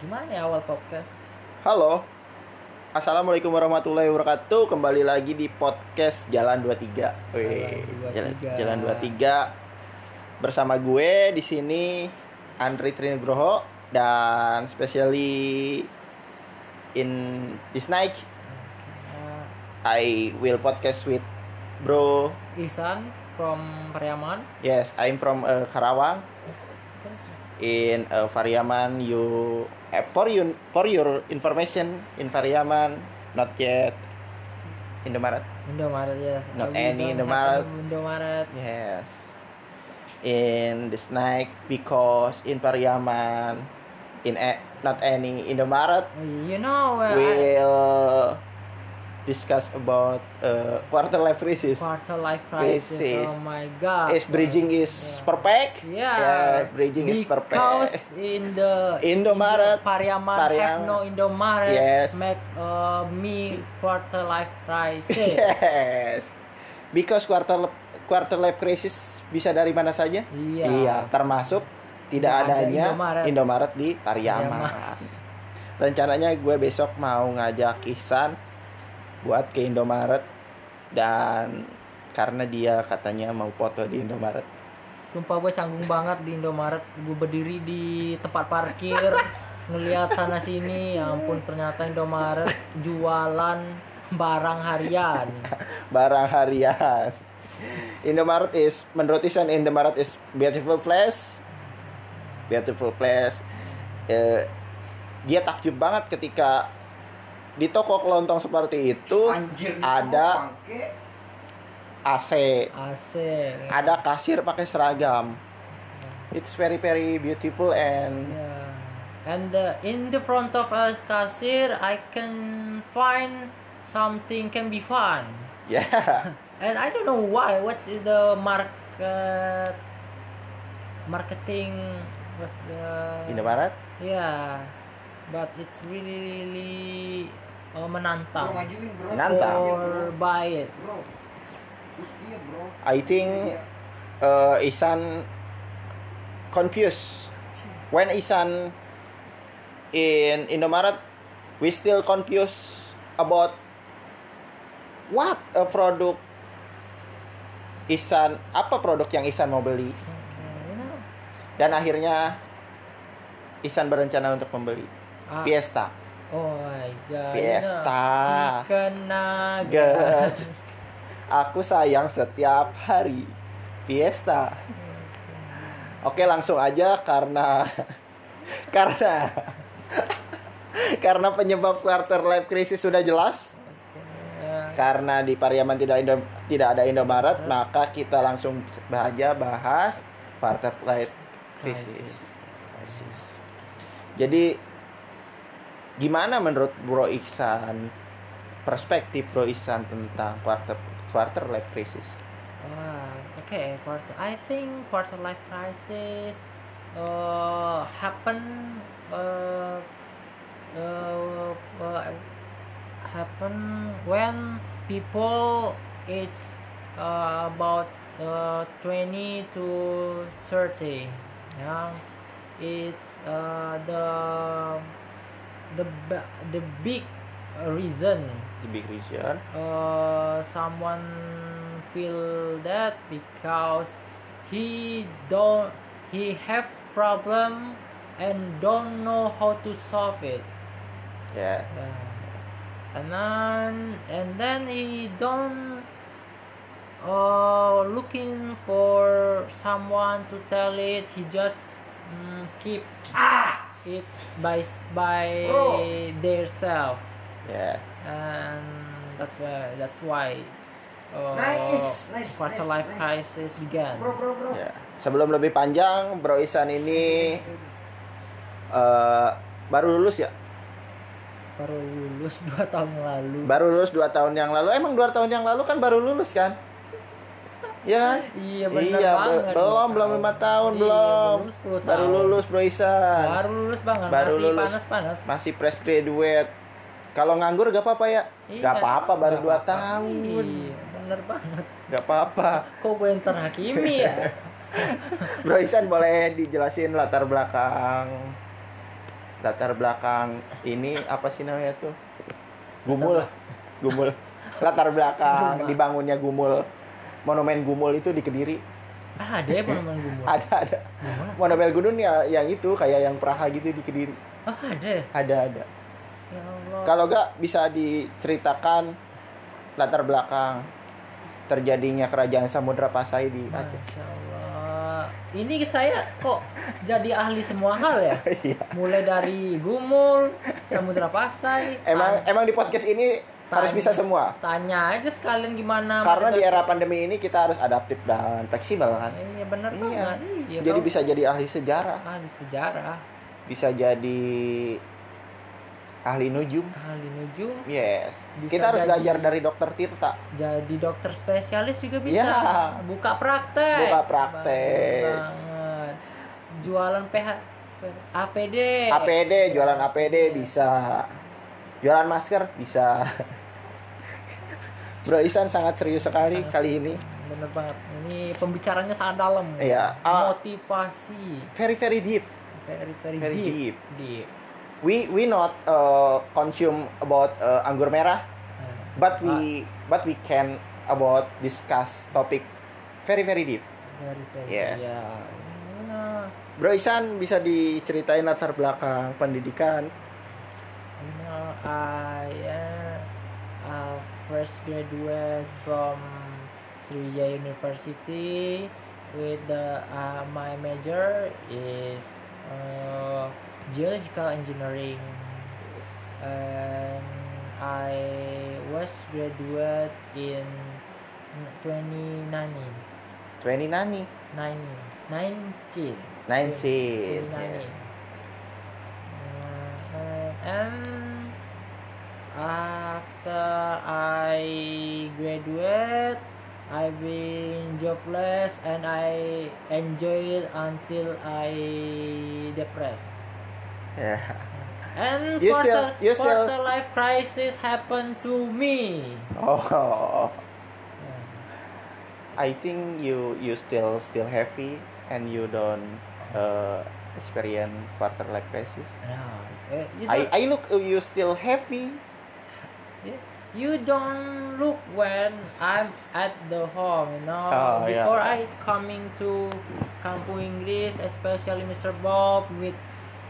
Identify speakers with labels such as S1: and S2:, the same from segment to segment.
S1: Gimana ya awal podcast?
S2: Halo. Assalamualaikum warahmatullahi wabarakatuh. Kembali lagi di podcast Jalan 23. Wih, Jalan,
S1: 23.
S2: Jalan 23. Bersama gue di sini Andri Trinugroho dan specially in this night
S1: Nah,
S2: I will podcast with bro.
S1: Eh, Ihsan from Pariaman.
S2: Yes, I'm from uh, Karawang.
S1: Kan
S2: in uh, Variaman you eh, for you for your information in Variaman not yet in the Marat
S1: Indomaret ya.
S2: Not any Indomaret.
S1: Indomaret.
S2: yes in the snack because in Variaman in a- not any in the Marat
S1: Oh, You know where Uh, I-
S2: will discuss about uh, quarter life crisis
S1: quarter life crisis.
S2: Crisis.
S1: Oh my god.
S2: is bridging is perfect
S1: Yeah.
S2: Yeah, bridging is perfect
S1: Because in the in
S2: Indomaret,
S1: the Pariaman, have
S2: Pariaman.
S1: no Indomaret
S2: Yes.
S1: make uh, me quarter life crisis.
S2: Yes. Because quarter quarter life crisis bisa dari mana saja?
S1: Iya.
S2: termasuk tidak
S1: Tidak ada
S2: adanya
S1: Indomaret.
S2: Indomaret, di
S1: Pariaman.
S2: Pariaman. Rencananya gue besok mau ngajak Ihsan buat ke Indomaret dan karena dia katanya mau foto di Indomaret.
S1: Sumpah gue canggung banget di Indomaret Gue berdiri di tempat parkir Ngeliat sana sini Ya ampun ternyata Indomaret Jualan barang harian
S2: Barang harian. Indomaret is menurut Ihsan Indomaret is beautiful place. Beautiful place. Eh, dia takjub banget ketika di toko kelontong seperti itu
S3: Anjir, ini
S2: ada
S3: semua bangke.
S2: AC,
S1: AC
S2: ada kasir pakai seragam. It's very very beautiful and
S1: Yeah. Ya. And the, in the front of a cashier I can find something can be fun
S2: yeah.
S1: And I don't know why What's the market Marketing What's the
S2: Indomaret
S1: Yeah, Ya, but it's really really uh,
S3: Bro,
S1: menantang
S3: majuin, bro.
S2: Nantang.
S1: for buy it.
S3: Bro. Terus dia, bro.
S2: I think uh, Isan confused. When Isan in Indomaret, we still confused about what a product Isan apa produk yang Isan mau beli
S1: You know,
S2: dan akhirnya Isan berencana untuk membeli
S1: ah,
S2: Fiesta.
S1: oh my god.
S2: Fiesta.
S1: Chicken
S2: Get.
S1: nugget.
S2: Aku sayang setiap hari. Fiesta. Oke, langsung aja karena karena karena penyebab quarter life crisis sudah jelas. Karena di Pariaman tidak Indo- tidak ada Indomaret, maka kita langsung aja bahas quarter life crisis. crisis. Jadi gimana menurut Bro Iksan perspektif Bro Iksan tentang quarter quarter life crisis?
S1: Wow. Ah, Okay, quarter. I think quarter life crisis uh, happen uh, uh, uh, happen when people it's uh, about uh, 20 to 30. Yeah, it's uh, the the ba- the big reason
S2: The big reason.
S1: uh, someone feel that because he don't he have problem and don't know how to solve it
S2: Ya.
S1: Yeah. and then and then he don't uh, looking for someone to tell it he just mm, keep
S3: "Ah,
S1: it by s- by
S3: Bro.
S1: theirself
S2: Ya.
S1: and that's why that's why uh,
S3: Nice, nice,
S1: quarter
S3: nice,
S1: life
S3: nice.
S1: crisis began
S3: Bro, bro, bro.
S2: Ya. Sebelum lebih panjang, Bro Iksan ini eh baru lulus ya?
S1: baru lulus dua tahun lalu
S2: Baru lulus 2 tahun yang lalu. Emang 2 tahun yang lalu kan baru lulus kan? Ya. kan?
S1: iya benar
S2: iya, be-
S1: banget
S2: belum
S1: dua
S2: belum lima tahun
S1: Iya,
S2: belum.
S1: belum 10
S2: Baru
S1: tahun.
S2: lulus Bro Iksan.
S1: baru lulus banget
S2: Baru
S1: masih
S2: lulus.
S1: panas panas
S2: Masih fresh graduate. Kalau nganggur gak apa-apa ya?
S1: Iya,
S2: gak apa-apa baru
S1: nggak
S2: 2
S1: apa-apa.
S2: tahun.
S1: iya bener banget
S2: Gak apa-apa.
S1: kok gue yang terhakimi ya
S2: Bro Isan boleh dijelasin latar belakang latar belakang ini apa sih namanya tuh gumul gumul latar belakang
S1: Gumul.
S2: dibangunnya gumul monumen gumul itu di kediri
S1: Ah, ada ya monumen gumul.
S2: ada ada
S1: Gumul lah.
S2: monumen gunung ya yang itu kayak yang Praha gitu di kediri
S1: Oh, ada ya.
S2: ada ada
S1: Ya Allah.
S2: kalau nggak bisa diceritakan latar belakang terjadinya kerajaan Samudra Pasai di Aceh
S1: Masya Allah. Ini saya kok jadi ahli semua hal ya.
S2: Iya.
S1: Mulai dari gumul, samudra pasai.
S2: emang
S1: tan-
S2: emang di podcast ini
S1: Nah,
S2: harus bisa semua
S1: Tanya aja sekalian gimana.
S2: karena di
S1: mereka-
S2: era pandemi ini kita harus adaptif dan fleksibel kan
S1: Iya bener
S2: Iya.
S1: banget. Iya,
S2: jadi
S1: dong.
S2: bisa jadi ahli sejarah
S1: ahli sejarah,
S2: bisa jadi ahli nujum
S1: ahli nujum,
S2: yes
S1: Bisa
S2: kita harus
S1: jadi-
S2: belajar dari dokter Tirta
S1: jadi dokter spesialis juga bisa.
S2: Iya.
S1: Buka praktek.
S2: Buka praktek.
S1: Bagus banget. Jualan PH APD.
S2: APD jualan APD bisa jualan masker bisa Bro Isan sangat serius sekali kali ini
S1: Bener banget. Ini pembicaranya sangat dalam.
S2: Iya. Ah.
S1: Motivasi.
S2: very very deep
S1: Very very,
S2: Very
S1: deep. Deep.
S2: deep. we we not uh, consume about uh, anggur merah
S1: Eh,
S2: but we but we can about discuss topic very very deep
S1: Very very.
S2: Yes.
S1: Iya. Nah,
S2: Bro Isan bisa diceritain latar belakang pendidikan
S1: You know, I am a first graduate from Sriwijaya University with the uh, my major is uh, geological engineering and I was graduate in 2019
S2: 20 nani
S1: 19 19
S2: 19
S1: Yes.
S2: yes.
S1: And um, after I graduate, I've been jobless and I enjoy it until I depressed.
S2: Yeah.
S1: And
S2: You
S1: quarter,
S2: still- you still-
S1: quarter life crisis happened to me.
S2: oh I think you you still still heavy and you don't uh, experience quarter life crisis.
S1: Nah, eh, you
S2: I
S1: don't-
S2: I look uh, you still heavy.
S1: you don't look when I'm at the home, you know.
S2: Oh, yeah.
S1: Before I coming to Kampung Inggris, especially Mr. Bob with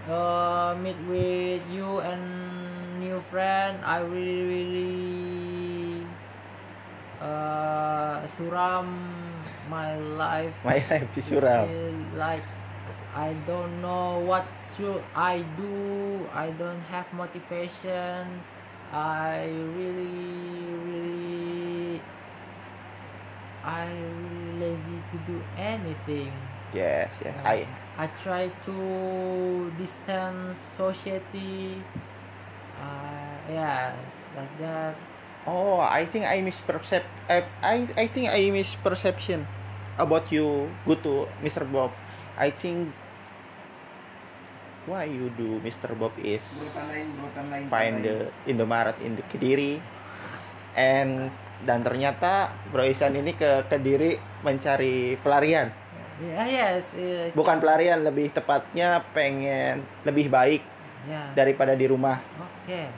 S1: uh, meet with you and new friend, I really really uh, suram my life.
S2: My life is suram.
S1: Feel Like I don't know what should I do. I don't have motivation. I really, really, I really lazy to do anything.
S2: Yes, yes. I
S1: I try to distance society. Uh, yeah, like that.
S2: oh I think I mispercep I I, I think I misperception about you go to Mr. Bob. I think why you do Mr. Bob is
S3: Berurutan lain, berurutan lain.
S2: find
S3: berurutan lain.
S2: the Indomaret in the Kediri and dan ternyata Bro Isan ini ke Kediri mencari pelarian
S1: Yeah, yes, eh,
S2: bukan pelarian lebih tepatnya pengen lebih baik
S1: yeah.
S2: daripada di rumah
S1: Okay,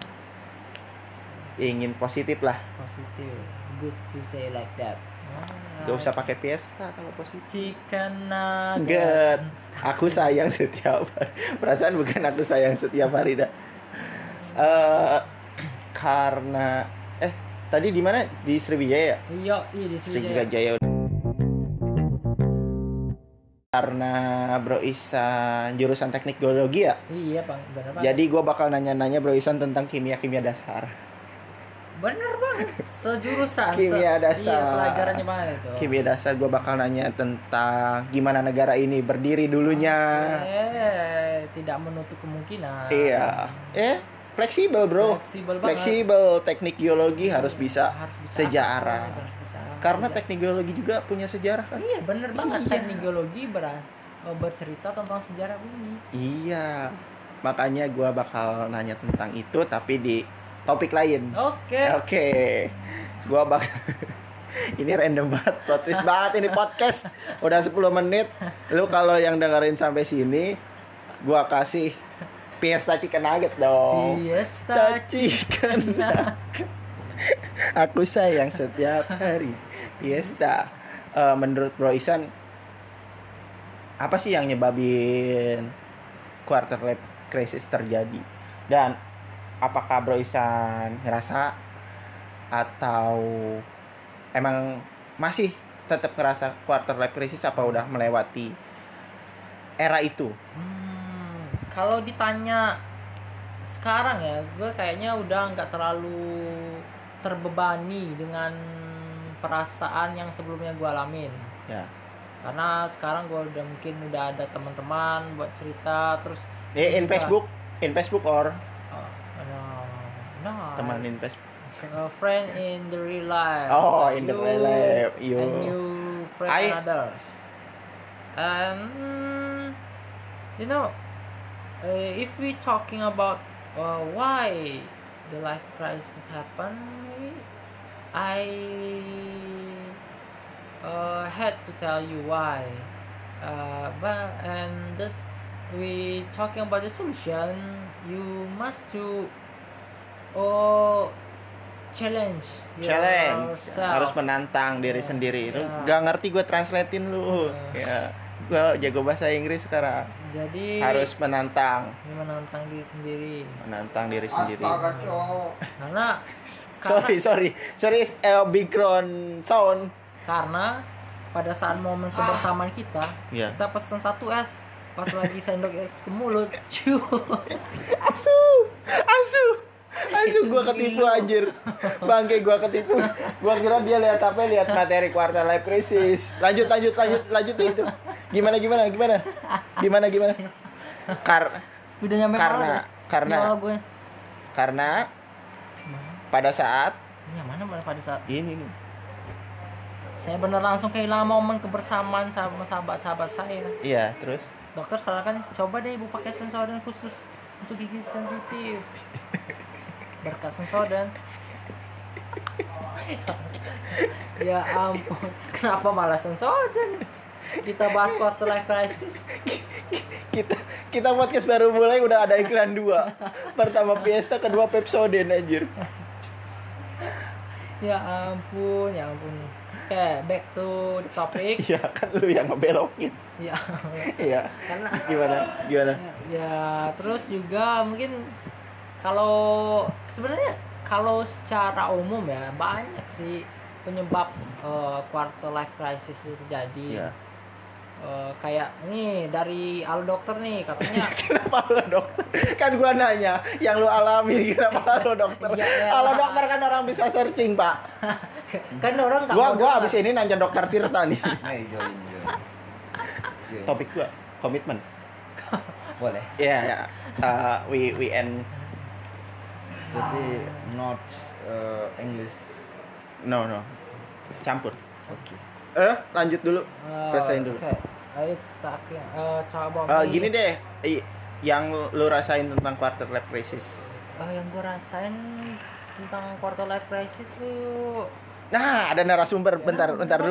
S2: ingin positif lah
S1: positive. Good to say like that.
S2: gak usah pakai fiesta kalau positif
S1: chicken nugget.
S2: Nugget. aku sayang setiap hari. perasaan bukan aku sayang setiap hari dah Eh, karena eh tadi di mana di Sriwijaya ya?
S1: Yo, i di sini.
S2: Sriwijaya karena Bro Isan jurusan teknik geologi ya
S1: Iya, Bang. Bener banget.
S2: jadi gue bakal nanya-nanya Bro Isan tentang kimia-kimia dasar
S1: bener banget. Sejurusan. se-
S2: Kimia dasar.
S1: Iya, pelajarannya banget itu.
S2: kimia dasar gue bakal nanya tentang gimana negara ini berdiri dulunya
S1: Eh, tidak menutup kemungkinan.
S2: iya eh fleksibel bro
S1: Fleksibel banget.
S2: fleksibel teknik geologi
S1: Iya,
S2: harus bisa
S1: harus bisa
S2: sejarah
S1: apa, harus bisa apa,
S2: karena
S1: sejarah.
S2: teknik geologi juga punya sejarah kan
S1: Iya, bener banget.
S2: Iya.
S1: Teknik geologi ber- bercerita tentang sejarah bumi.
S2: iya makanya gue bakal nanya tentang itu tapi di topik lain
S1: Oke.
S2: oke gue bakal ini random banget plot twist banget ini podcast udah 10 menit lu kalau yang dengerin sampai sini gue kasih Fiesta Chicken Nugget dong.
S1: Iya, Fiesta
S2: Fiesta Chicken Nugget. Aku sayang setiap hari. Fiesta. Eh, menurut Bro Isan, apa sih yang nyebabin quarter life crisis terjadi? Dan apakah Bro Isan ngerasa atau emang masih tetap ngerasa quarter life crisis apa udah melewati era itu?
S1: Hmm, kalau ditanya sekarang ya, gue kayaknya udah nggak terlalu terbebani dengan perasaan yang sebelumnya gue alamin.
S2: Ya.
S1: Karena sekarang gue udah mungkin udah ada teman-teman buat cerita, terus
S2: Eh, in
S1: Juga.
S2: Facebook, in Facebook or
S1: oh, no, no,
S2: temanin Facebook.
S1: a friend in the real life.
S2: Oh,
S1: And
S2: in the
S1: you-
S2: real life, Iya. you.
S1: And you friend
S2: I-
S1: others. And mm, you know, uh, if we talking about uh, why the life crisis happened, maybe I uh, had to tell you why. Uh, but and this we talking about the solution. You must to oh challenge
S2: Challenge
S1: yourself.
S2: harus menantang diri
S1: Ya.
S2: sendiri. Lu
S1: Ya.
S2: gak ngerti gue translatein lu. Ya. Gua jago bahasa Inggris sekarang.
S1: jadi
S2: Harus menantang,
S1: ini menantang diri sendiri
S2: menantang diri sendiri.
S3: Astaga cowok.
S1: karena
S2: Sorry, sorry. Sorry is a background sound.
S1: karena pada saat momen kebersamaan kita
S2: Ya.
S1: kita pesen satu es pas lagi sendok es ke mulut ciu
S2: Asu. Asu. Asu gua ketipu anjir. Bangke gua ketipu. Gua kira dia lihat apa? Lihat materi quarter life crisis. Lanjut lanjut lanjut lanjut itu. Gimana gimana gimana? Gimana gimana? Kar
S1: udah nyampe
S2: Karena-
S1: malam ya.
S2: karena-
S1: Ini malah gue
S2: karena pada saat
S1: ini yang mana pada saat
S2: ini nih.
S1: saya bener langsung kehilangan momen kebersamaan sama sahabat-sahabat saya
S2: Iya, terus
S1: dokter sarankan coba deh ibu pakai sensoden khusus untuk gigi sensitif berkat sensoden ya ampun kenapa malah sensoden kita bahas quarter life crisis
S2: kita kita podcast baru mulai udah ada iklan dua. Pertama Fiesta, kedua Pepsodent anjir.
S1: ya ampun ya ampun oke back to the topic
S2: Iya, kan lu yang ngebelokin.
S1: ya
S2: Iya.
S1: karena
S2: Gimana? Gimana?
S1: ya terus juga mungkin kalau sebenarnya kalau secara umum ya banyak sih penyebab eh, quarter life crisis itu terjadi
S2: Iya.
S1: Eh, kayak nih dari al dokter nih katanya
S2: kenapa lo dokter? Kan gua nanya yang lu alami kenapa lo dokter?
S1: Iya, iya.
S2: Kalau dokter kan orang bisa searching pak.
S1: kan orang nggak mau
S2: Gua gua
S1: dengar.
S2: abis ini nanya dokter Tirta nih.
S3: Ayo join join. Join.
S2: Topik gua komitmen.
S3: Boleh.
S2: Ya ya. Uh, we we end
S3: Tapi not uh, English.
S2: no no campur.
S3: Oke.
S2: Eh lanjut dulu
S1: Eh,
S2: selesain dulu.
S1: oke. Eh, it's talking eh, coba nih.
S2: Eh, gini deh i- yang lu rasain tentang quarter life crisis.
S1: Eh, yang gue rasain tentang quarter life crisis tuh
S2: Nah ada narasumber bentar bentar dulu.